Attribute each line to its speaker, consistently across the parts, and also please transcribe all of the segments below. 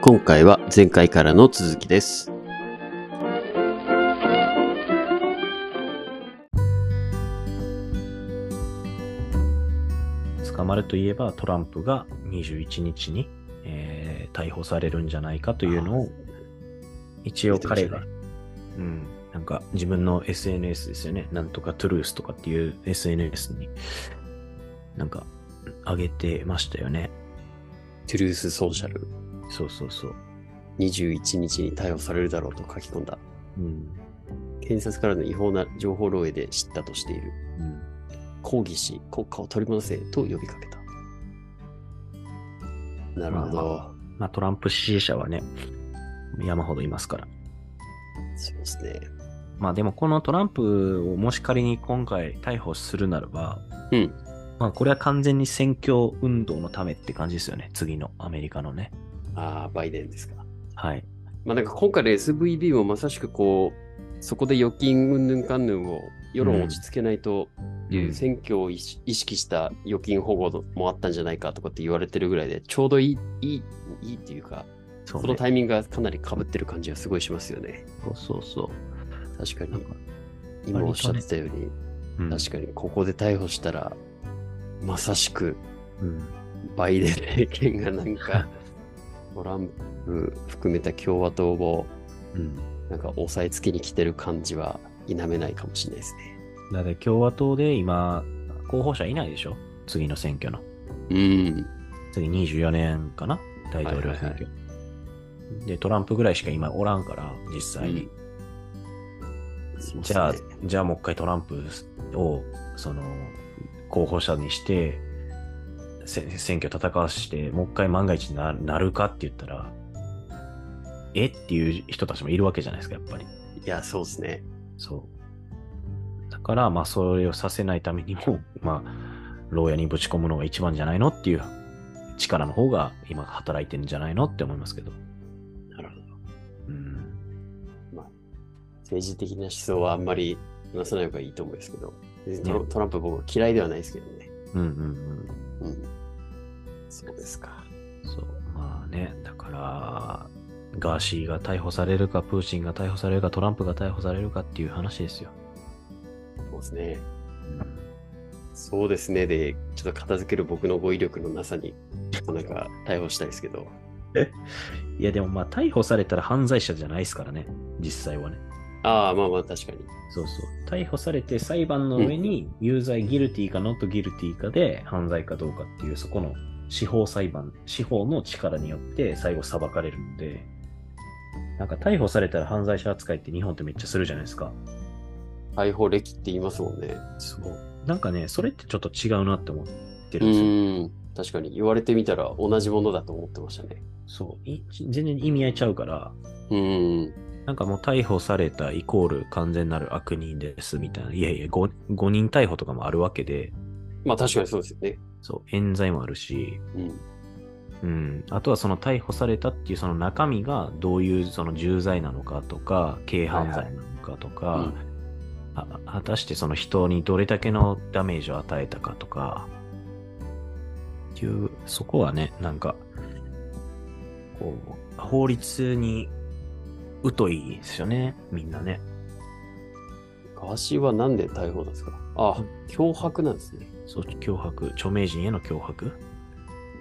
Speaker 1: 今回は前回からの続きです。
Speaker 2: 捕まるといえばトランプが21日に、えー逮捕されるんじゃないかというのを一応彼が、
Speaker 1: 言
Speaker 2: うん、なんか自分の SNS ですよねなんとかトゥルースとかっていう SNS になんか上げてましたよね
Speaker 1: トゥルースソーシャル、
Speaker 2: そうそうそう、
Speaker 1: 21日に逮捕されるだろうと書き込んだ。
Speaker 2: うん
Speaker 1: 検察からの違法な情報漏洩で知ったとしている。
Speaker 2: うん、
Speaker 1: 抗議し、国家を取り戻せと呼びかけた。なるほど。
Speaker 2: まあまあトランプ支持者はね山ほどいますから
Speaker 1: そうですね。
Speaker 2: まあでもこのトランプをもし仮に今回逮捕するならば、
Speaker 1: うん
Speaker 2: まあこれは完全に選挙運動のためって感じですよね。次のアメリカのね。
Speaker 1: ああ、バイデンですか。
Speaker 2: はい。
Speaker 1: まあなんか今回の SVB もまさしくこう、そこで預金云々かんぬんを世論を落ち着けないと、いう選挙を意識意識した預金保護もあったんじゃないかとかって言われてるぐらいで、ちょうどいい、いい、いいっていうか、
Speaker 2: そ
Speaker 1: そうの
Speaker 2: ね、
Speaker 1: タイミングがかなり被ってる感じがすごいしますよね。
Speaker 2: そうそうそ
Speaker 1: 確か
Speaker 2: う。なん
Speaker 1: に
Speaker 2: か、、
Speaker 1: 今おっしゃってたように、
Speaker 2: うん
Speaker 1: 確かにここで逮捕したら、まさしく
Speaker 2: うん
Speaker 1: バイデン政権がなん か、トランプ含めた共和党を
Speaker 2: うん
Speaker 1: なんか押さえつけに来てる感じは否めないかもしれないですね。
Speaker 2: だって共和党で今、候補者いないでしょ次の選挙の。
Speaker 1: うん。
Speaker 2: 次24年かな大統領選挙、
Speaker 1: はいはい
Speaker 2: で、トランプぐらいしか今おらんから、実際に。
Speaker 1: そうっすね
Speaker 2: じゃあ、じゃあもう一回トランプを、その、候補者にして、せ選挙戦わして、もう一回万が一ななるかって言ったら、えっていう人たちもいるわけじゃないですか、やっぱり。
Speaker 1: いや、そうですね。
Speaker 2: そう。だから、まあ、それをさせないためにも、 まあ、牢屋にぶち込むのが一番じゃないのっていう力の方が今働いてるんじゃないのって思いますけど。
Speaker 1: なるほど。
Speaker 2: うん。
Speaker 1: 政治的な思想はあんまり話さない方がいいと思うんですけど、別にトラトランプ僕は嫌いではないですけどね。
Speaker 2: うんうんうん。
Speaker 1: うん。そうですか。
Speaker 2: そう、まあね、だから、ガーシーが逮捕されるか、プーチンが逮捕されるか、トランプが逮捕されるかっていう話ですよ。
Speaker 1: そうですね。
Speaker 2: うん
Speaker 1: そうですね。で、ちょっと片付ける僕の語彙力のなさに、なんか逮捕したいですけど。
Speaker 2: いや、でもまあ、逮捕されたら犯罪者じゃないですからね、実際はね。
Speaker 1: ああ、まあまあ確かに。
Speaker 2: そうそう。逮捕されて裁判の上に、有罪、ギルティかノットギルティかで、犯罪かどうかっていう、そこの司法裁判、司法の力によって最後裁かれるんで、なんか逮捕されたら犯罪者扱いって日本ってめっちゃするじゃないですか。
Speaker 1: 逮捕歴って言いますもんね。
Speaker 2: そう。なんかね、それってちょっと違うなって思って
Speaker 1: う
Speaker 2: るんですよ。
Speaker 1: ーん。確かに言われてみたら同じものだと思ってましたね。
Speaker 2: そう。い全然意味合いちゃうから、
Speaker 1: うーん。
Speaker 2: なんかもう逮捕されたイコール完全なる悪人ですみたいな。いやいや、5, 5人逮捕とかもあるわけで、
Speaker 1: まあ確かにそうですよね。
Speaker 2: そう、冤罪もあるし、
Speaker 1: うん。
Speaker 2: うん。あとはその逮捕されたっていうその中身がどういうその重罪なのかとか、軽犯罪なのかとか、
Speaker 1: はいはい
Speaker 2: あ果たしてその人にどれだけのダメージを与えたかとか、っていう、そこはね、なんか、こう、法律に疎いですよね、みんなね。
Speaker 1: ガーシーはなんで逮捕なんですかああ、脅迫なんですね。
Speaker 2: そう、脅迫、著名人への脅迫。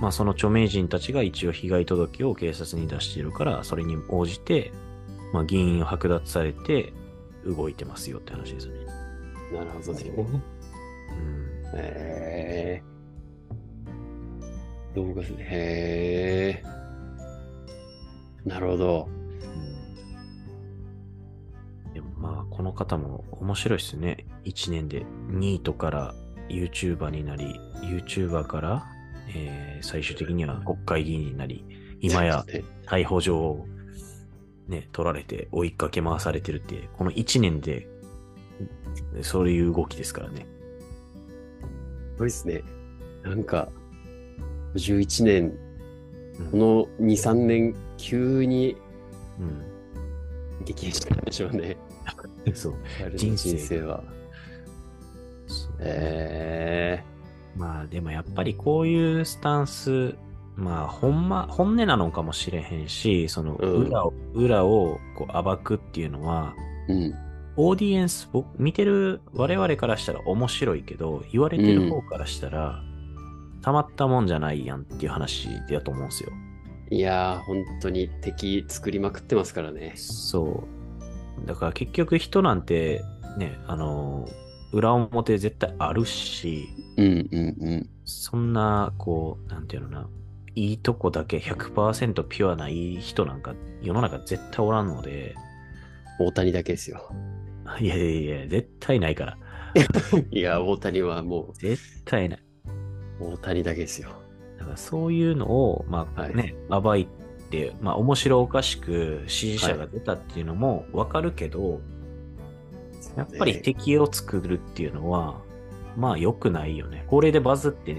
Speaker 2: まあ、その著名人たちが一応被害届を警察に出しているから、それに応じて、まあ、議員を剥奪されて動いてますよって話ですよね。
Speaker 1: なるほどね。
Speaker 2: うん。
Speaker 1: へえ。動画ですね。へえ。なるほど。
Speaker 2: うんでもまあ、この方も面白いですね。1年でニートから YouTuber になり、YouTuber から、えー最終的には国会議員になり、今
Speaker 1: そ
Speaker 2: や
Speaker 1: うですね
Speaker 2: 逮捕状を、ね、取られて追いかけ回されてるって、この1年で、そういう動きですからね。
Speaker 1: すごいですね。なんか、11年、
Speaker 2: うん
Speaker 1: この2、3年、急に
Speaker 2: うん。
Speaker 1: 激変したんでしょうね。
Speaker 2: そう。
Speaker 1: 彼の
Speaker 2: 人生
Speaker 1: 人生は。
Speaker 2: そう
Speaker 1: へえ。
Speaker 2: まあでもやっぱりこういうスタンスまあ、ほんま、本音なのかもしれへんし、その
Speaker 1: うん
Speaker 2: 裏を、裏をこう暴くっていうのは、
Speaker 1: うん。
Speaker 2: オーディエンス、僕見てる我々からしたら面白いけど、言われてる方からしたら、たまったもんじゃないやんっていう話だと思うんですよ。
Speaker 1: いやー、本当に敵作りまくってますからね。
Speaker 2: そう。だから結局人なんて、ね、あの、裏表絶対あるし、
Speaker 1: うんうんうん。
Speaker 2: そんな、こう、なんていうのな、いいとこだけ100%ピュアないい人なんか世の中絶対おらんので、
Speaker 1: 大谷だけですよ。
Speaker 2: いやいやいや、絶対ないから。
Speaker 1: いやー、大谷はも
Speaker 2: 絶対ない。
Speaker 1: う大谷だけですよ。
Speaker 2: だからそういうのを、まあ
Speaker 1: はい
Speaker 2: ね、暴いて、まあ面白おかしく支持者が出たっていうのもわかるけど、やっぱり
Speaker 1: ね
Speaker 2: 敵を作るっていうのは、まあ良くないよね。これでバズって、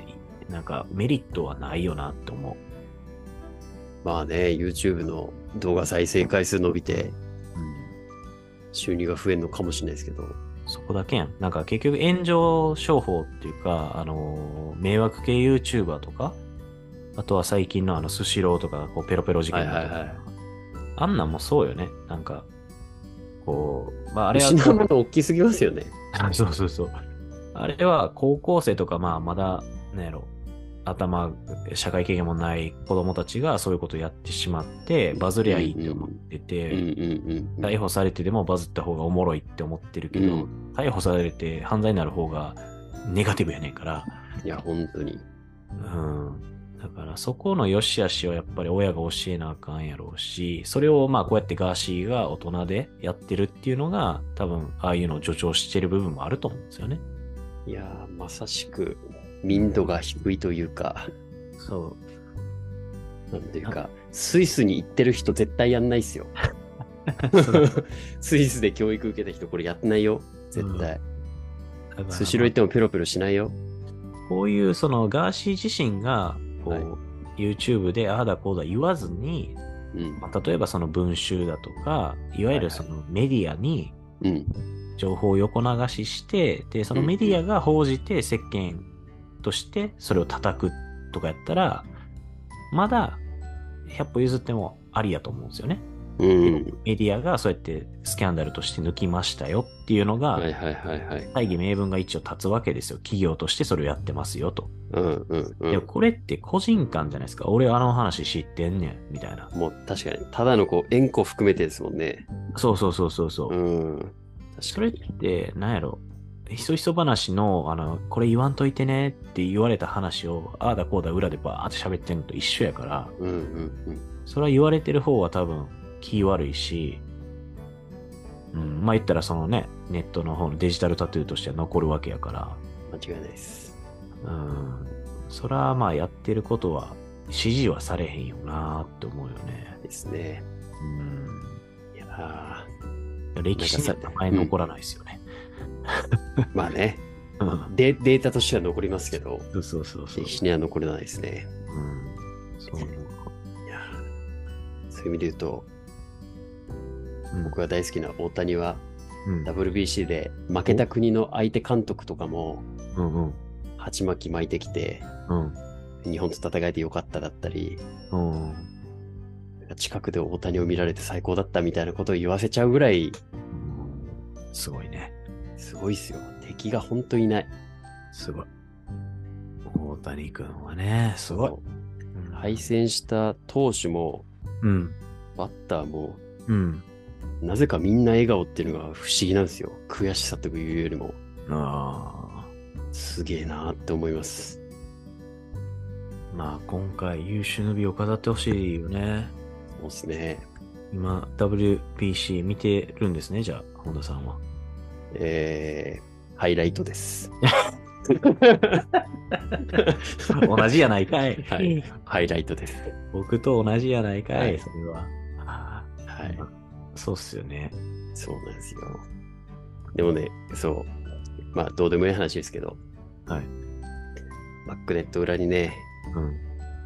Speaker 2: なんかメリットはないよなって思
Speaker 1: まあね、YouTube の動画再生回数伸びて
Speaker 2: う。
Speaker 1: 収入が増えるのかもしれないですけど。
Speaker 2: そこだけやん。なんか結局炎上商法っていうか、あのー迷惑系 YouTuber とか、あとは最近のあのスシローとか、こうペロペロ事件だとか、
Speaker 1: はいはいはい
Speaker 2: あんなんもそうよね。なんか、こう、まああ
Speaker 1: あ
Speaker 2: れはこう、
Speaker 1: 失うもの大きすぎますよね。
Speaker 2: あ そうそうそう。あれは高校生とか、まあまだ、なんやろ、頭、社会経験もない子供たちがそういうことやってしまって、バズりゃいいって思ってて、
Speaker 1: うんうんうん。
Speaker 2: 逮捕されてでもバズった方がおもろいって思ってるけど、
Speaker 1: う
Speaker 2: 逮捕されて犯罪になる方がネガティブやねんから、
Speaker 1: いや、本当に。
Speaker 2: うん。だからそこの良し悪しをやっぱり親が教えなあかんやろうし、それをまあこうやってガーシーが大人でやってるっていうのが、多分ああいうのを助長してる部分もあると思うんですよね。
Speaker 1: いやー、まさしく民度が低いというか、
Speaker 2: そう。
Speaker 1: なんていうか、スイスに行ってる人絶対やんないっす よ。スイスで教育受けた人これやってないよ。絶対。スシロー行ってもペロペロしないよ。
Speaker 2: こういうそのガーシー自身がこう、
Speaker 1: はい
Speaker 2: YouTube でああだこうだ言わずに、
Speaker 1: うん。
Speaker 2: まあ、例えばその文集だとか、いわゆるそのメディアに
Speaker 1: うん。
Speaker 2: 情報を横流しして、で、そのメディアが報じて石鹸としてそれを叩くとかやったら、まだ100歩譲ってもありやと思うんですよね。
Speaker 1: うん。
Speaker 2: メディアがそうやってスキャンダルとして抜きましたよっていうのが、
Speaker 1: はいはいはいはい。
Speaker 2: 大義名分が一応立つわけですよ。企業としてそれをやってますよと。
Speaker 1: うんうんう
Speaker 2: でも
Speaker 1: ん。
Speaker 2: これって個人間じゃないですか。俺あの話知ってんねん、みたいな。
Speaker 1: もう確かに、ただのこう、縁故含めてですもんね。
Speaker 2: そうそうそうそうそうう。
Speaker 1: ん。
Speaker 2: それって、なんやろ。ひそひそ話の、あの、これ言わんといてねって言われた話を、ああだこうだ裏でバーって喋ってんのと一緒やから、
Speaker 1: うんうん
Speaker 2: それは言われてる方は多分気悪いし、うん、まあ言ったらそのね、ネットの方のデジタルタトゥーとしては残るわけやから、
Speaker 1: うん。間違いないです。
Speaker 2: うん、それはまあやってることは指示はされへんよなーって思うよね。
Speaker 1: ですね。いや
Speaker 2: うん、歴史には名前残らないですよね。
Speaker 1: ーまあね、
Speaker 2: うん、
Speaker 1: デデータとしては残りますけど、
Speaker 2: そうそうそうそう
Speaker 1: 歴。史には残れないですね。
Speaker 2: うん、そう
Speaker 1: いやーそういう意味で言うと、
Speaker 2: うん
Speaker 1: 僕が大好きな大谷は
Speaker 2: うん、
Speaker 1: WBC で負けた国の相手監督とかも、
Speaker 2: うんうん
Speaker 1: 鉢巻き巻いてきて、
Speaker 2: うん
Speaker 1: 日本と戦えてよかっただったり、
Speaker 2: うん
Speaker 1: 近くで大谷を見られて最高だったみたいなことを言わせちゃうぐらい、
Speaker 2: すごいね
Speaker 1: すごいっすよ。敵が本当にいない。
Speaker 2: すごい大谷君はねすごい、うん
Speaker 1: 敗戦した投手も、
Speaker 2: うん
Speaker 1: バッターも、
Speaker 2: うん
Speaker 1: なぜかみんな笑顔っていうのが不思議なんですよ。悔しさというよりも、
Speaker 2: あ
Speaker 1: すげえなーって思います。
Speaker 2: ーまあ今回優秀の美を飾ってほしいよね
Speaker 1: そうですね。
Speaker 2: 今 WBC 見てるんですねじゃあ本田さんは
Speaker 1: えー、ハイライトです。
Speaker 2: 同じやないかい、
Speaker 1: はいハイライトです。
Speaker 2: 僕と同じやないかい、
Speaker 1: はい
Speaker 2: それはあ
Speaker 1: はい。
Speaker 2: ーそうっすよね
Speaker 1: そうなんですよ。でもね、そう。まあ、どうでもいい話ですけど、
Speaker 2: はい
Speaker 1: バックネット裏にね、
Speaker 2: うん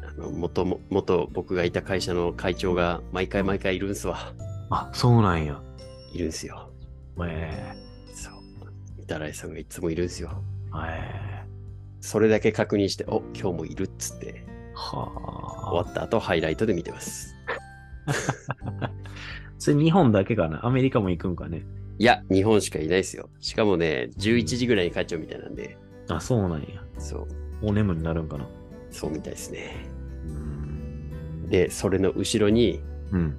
Speaker 1: あの元も元僕がいた会社の会長が毎回毎回いるんすわ。
Speaker 2: あそうなんや
Speaker 1: いるんすよ。
Speaker 2: え
Speaker 1: そう。ダライさんがいつもいるんすよ。
Speaker 2: ー、えー
Speaker 1: それだけ確認して、お今日もいるっつって、
Speaker 2: は
Speaker 1: 終わった後、ハイライトで見てます。
Speaker 2: それ日本だけかなアメリカも行くんかね
Speaker 1: いや、日本しかいないですよ。しかもね、11時ぐらいに帰っちゃうみたいなんで、
Speaker 2: あ、そうなんや。
Speaker 1: そう、
Speaker 2: お眠になるんかな
Speaker 1: そうみたいですね。
Speaker 2: うん。
Speaker 1: で、それの後ろに、
Speaker 2: うん。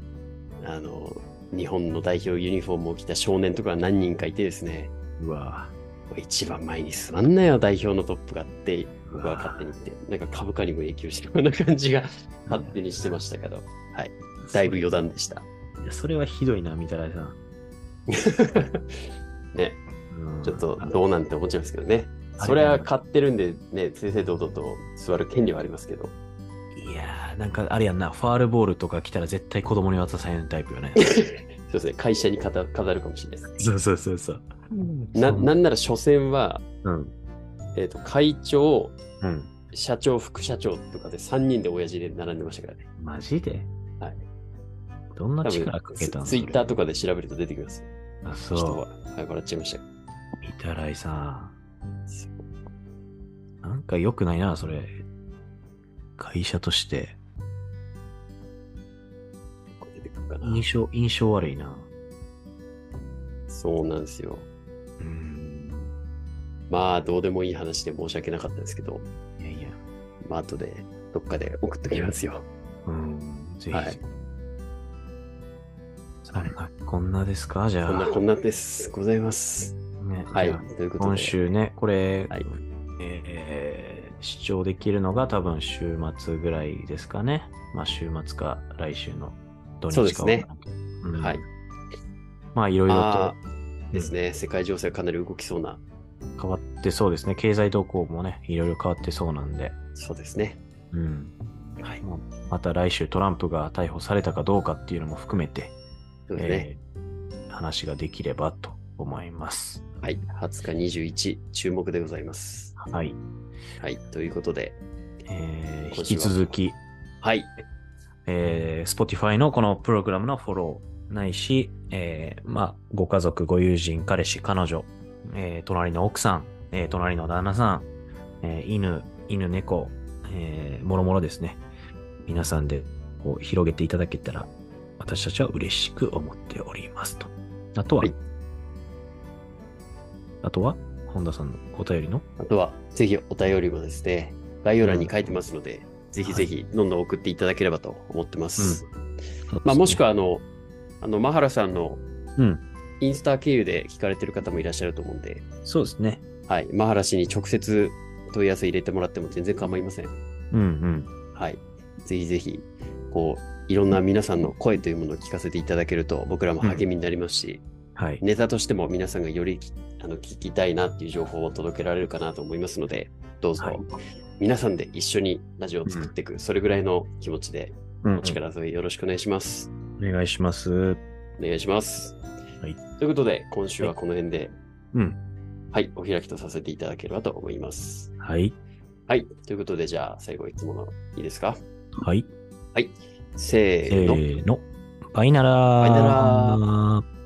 Speaker 1: あの、日本の代表ユニフォームを着た少年とかが何人かいてですね、
Speaker 2: うわ
Speaker 1: 一番前に座んなよ、代表のトップがって、
Speaker 2: う
Speaker 1: 僕は
Speaker 2: わ
Speaker 1: 勝手に言って、なんか株価にも影響してるような感じが勝手にしてましたけど、だいぶ余談でした。
Speaker 2: いやそれはひどいな、みたいな。
Speaker 1: ね、
Speaker 2: うん
Speaker 1: ちょっとどうなんて思っちゃいますけどね。それは買ってるんで、ね、正々堂々と座る権利はありますけど。
Speaker 2: いやー、なんかあれやんな、ファールボールとか来たら絶対子供に渡さへんタイプ よね。
Speaker 1: そうですね、会社に飾飾るかもしれないです。
Speaker 2: そうそうそうそう。
Speaker 1: な
Speaker 2: そう
Speaker 1: なんなら、所詮は、
Speaker 2: うん。
Speaker 1: えーと、会長、
Speaker 2: うん。
Speaker 1: 社長、副社長とかで3人で親父で並んでましたからね。
Speaker 2: マジで
Speaker 1: はい。
Speaker 2: どん
Speaker 1: 多
Speaker 2: な
Speaker 1: 分
Speaker 2: 力かけたの
Speaker 1: ツツイッターと
Speaker 2: か。
Speaker 1: かで調べると出てきます。
Speaker 2: あ、そ
Speaker 1: 人
Speaker 2: う
Speaker 1: は。。はい、笑っちゃいましたけど。
Speaker 2: みたらいさ。
Speaker 1: そうん
Speaker 2: なんか良くないな、それ。会社として。
Speaker 1: こう出てくるかな。
Speaker 2: 印象、印象悪いな。
Speaker 1: そうなんですよ。
Speaker 2: うん。
Speaker 1: まあ、どうでもいい話で申し訳なかったですけど、
Speaker 2: いやいや。
Speaker 1: まあ、後で、どっかで送っときますよ。
Speaker 2: うん。ぜひ。
Speaker 1: はい
Speaker 2: そんな、こんなですかじゃあ。
Speaker 1: こんな、こんなです。ございます。
Speaker 2: ね、
Speaker 1: は
Speaker 2: じ
Speaker 1: い
Speaker 2: ゃあ。
Speaker 1: ということで。
Speaker 2: 今。週ね、これ、
Speaker 1: はい。
Speaker 2: えー視聴できるのが多分週末ぐらいですかね。まあ週末か来週の土
Speaker 1: そう
Speaker 2: 日
Speaker 1: で
Speaker 2: か
Speaker 1: すね
Speaker 2: わからんけどうん
Speaker 1: はい。
Speaker 2: まあいろいろと
Speaker 1: まあ、ですね、世界情勢はかなり動きそうな、
Speaker 2: 変わってそうですね。経済動向もね、いろいろ変わってそうなんで。
Speaker 1: そうですね。
Speaker 2: うん。
Speaker 1: はい。
Speaker 2: もうまた来週トランプが逮捕されたかどうかっていうのも含めて、
Speaker 1: そうですね。
Speaker 2: えー話ができればと思います。
Speaker 1: はい。20日21、注目でございます。
Speaker 2: はい。
Speaker 1: はい。ということで、
Speaker 2: えー
Speaker 1: 今
Speaker 2: 引
Speaker 1: 週
Speaker 2: き
Speaker 1: は
Speaker 2: 続き、
Speaker 1: はい。
Speaker 2: えー Spotify のこのプログラムのフォローないし、えーまあ、ご家族、ご友人、彼氏、彼女、えー隣の奥さん、えー隣の旦那さん、えー犬、犬、猫、えー、もろもろですね。皆さんでこう広げていただけたら、私たちは嬉しく思っておりますと。あとは、
Speaker 1: はい
Speaker 2: あとは、本田さんのお便りの
Speaker 1: あとは、ぜひお便りもですね、概要欄に書いてますので、ぜひぜひ、どんどん送っていただければと思ってます。まあ、もしく
Speaker 2: は、
Speaker 1: は、あの、あの、マハラさんの
Speaker 2: うん、
Speaker 1: インスタ経由で聞かれてる方もいらっしゃると思うんで、
Speaker 2: そうですね。
Speaker 1: はい。マハラ氏に直接問い合わせ入れてもらっても全然構いません。
Speaker 2: うんうん。
Speaker 1: はい。ぜひぜひ、こう、いろんな皆さんの声というものを聞かせていただけると、僕らも励みになりますし、
Speaker 2: はい。
Speaker 1: ネタとしても皆さんがよりきあの聞きたいなっていう情報を届けられるかなと思いますので、どうぞ、
Speaker 2: はい
Speaker 1: 皆さんで一緒にラジオを作っていく、それぐらいの気持ちで、
Speaker 2: うんうん
Speaker 1: お力添えよろしくお願いします。
Speaker 2: お願いします。
Speaker 1: お願いします。
Speaker 2: はい
Speaker 1: ということで、今週はこの辺で、
Speaker 2: うん。
Speaker 1: はい、お開きとさせていただければと思います。
Speaker 2: はい。
Speaker 1: はい。ということで、じゃあ、最後いつものいいですか
Speaker 2: はい。
Speaker 1: せ
Speaker 2: せ
Speaker 1: ーの。
Speaker 2: ーの。バイナラー。
Speaker 1: バイナ
Speaker 2: ラー。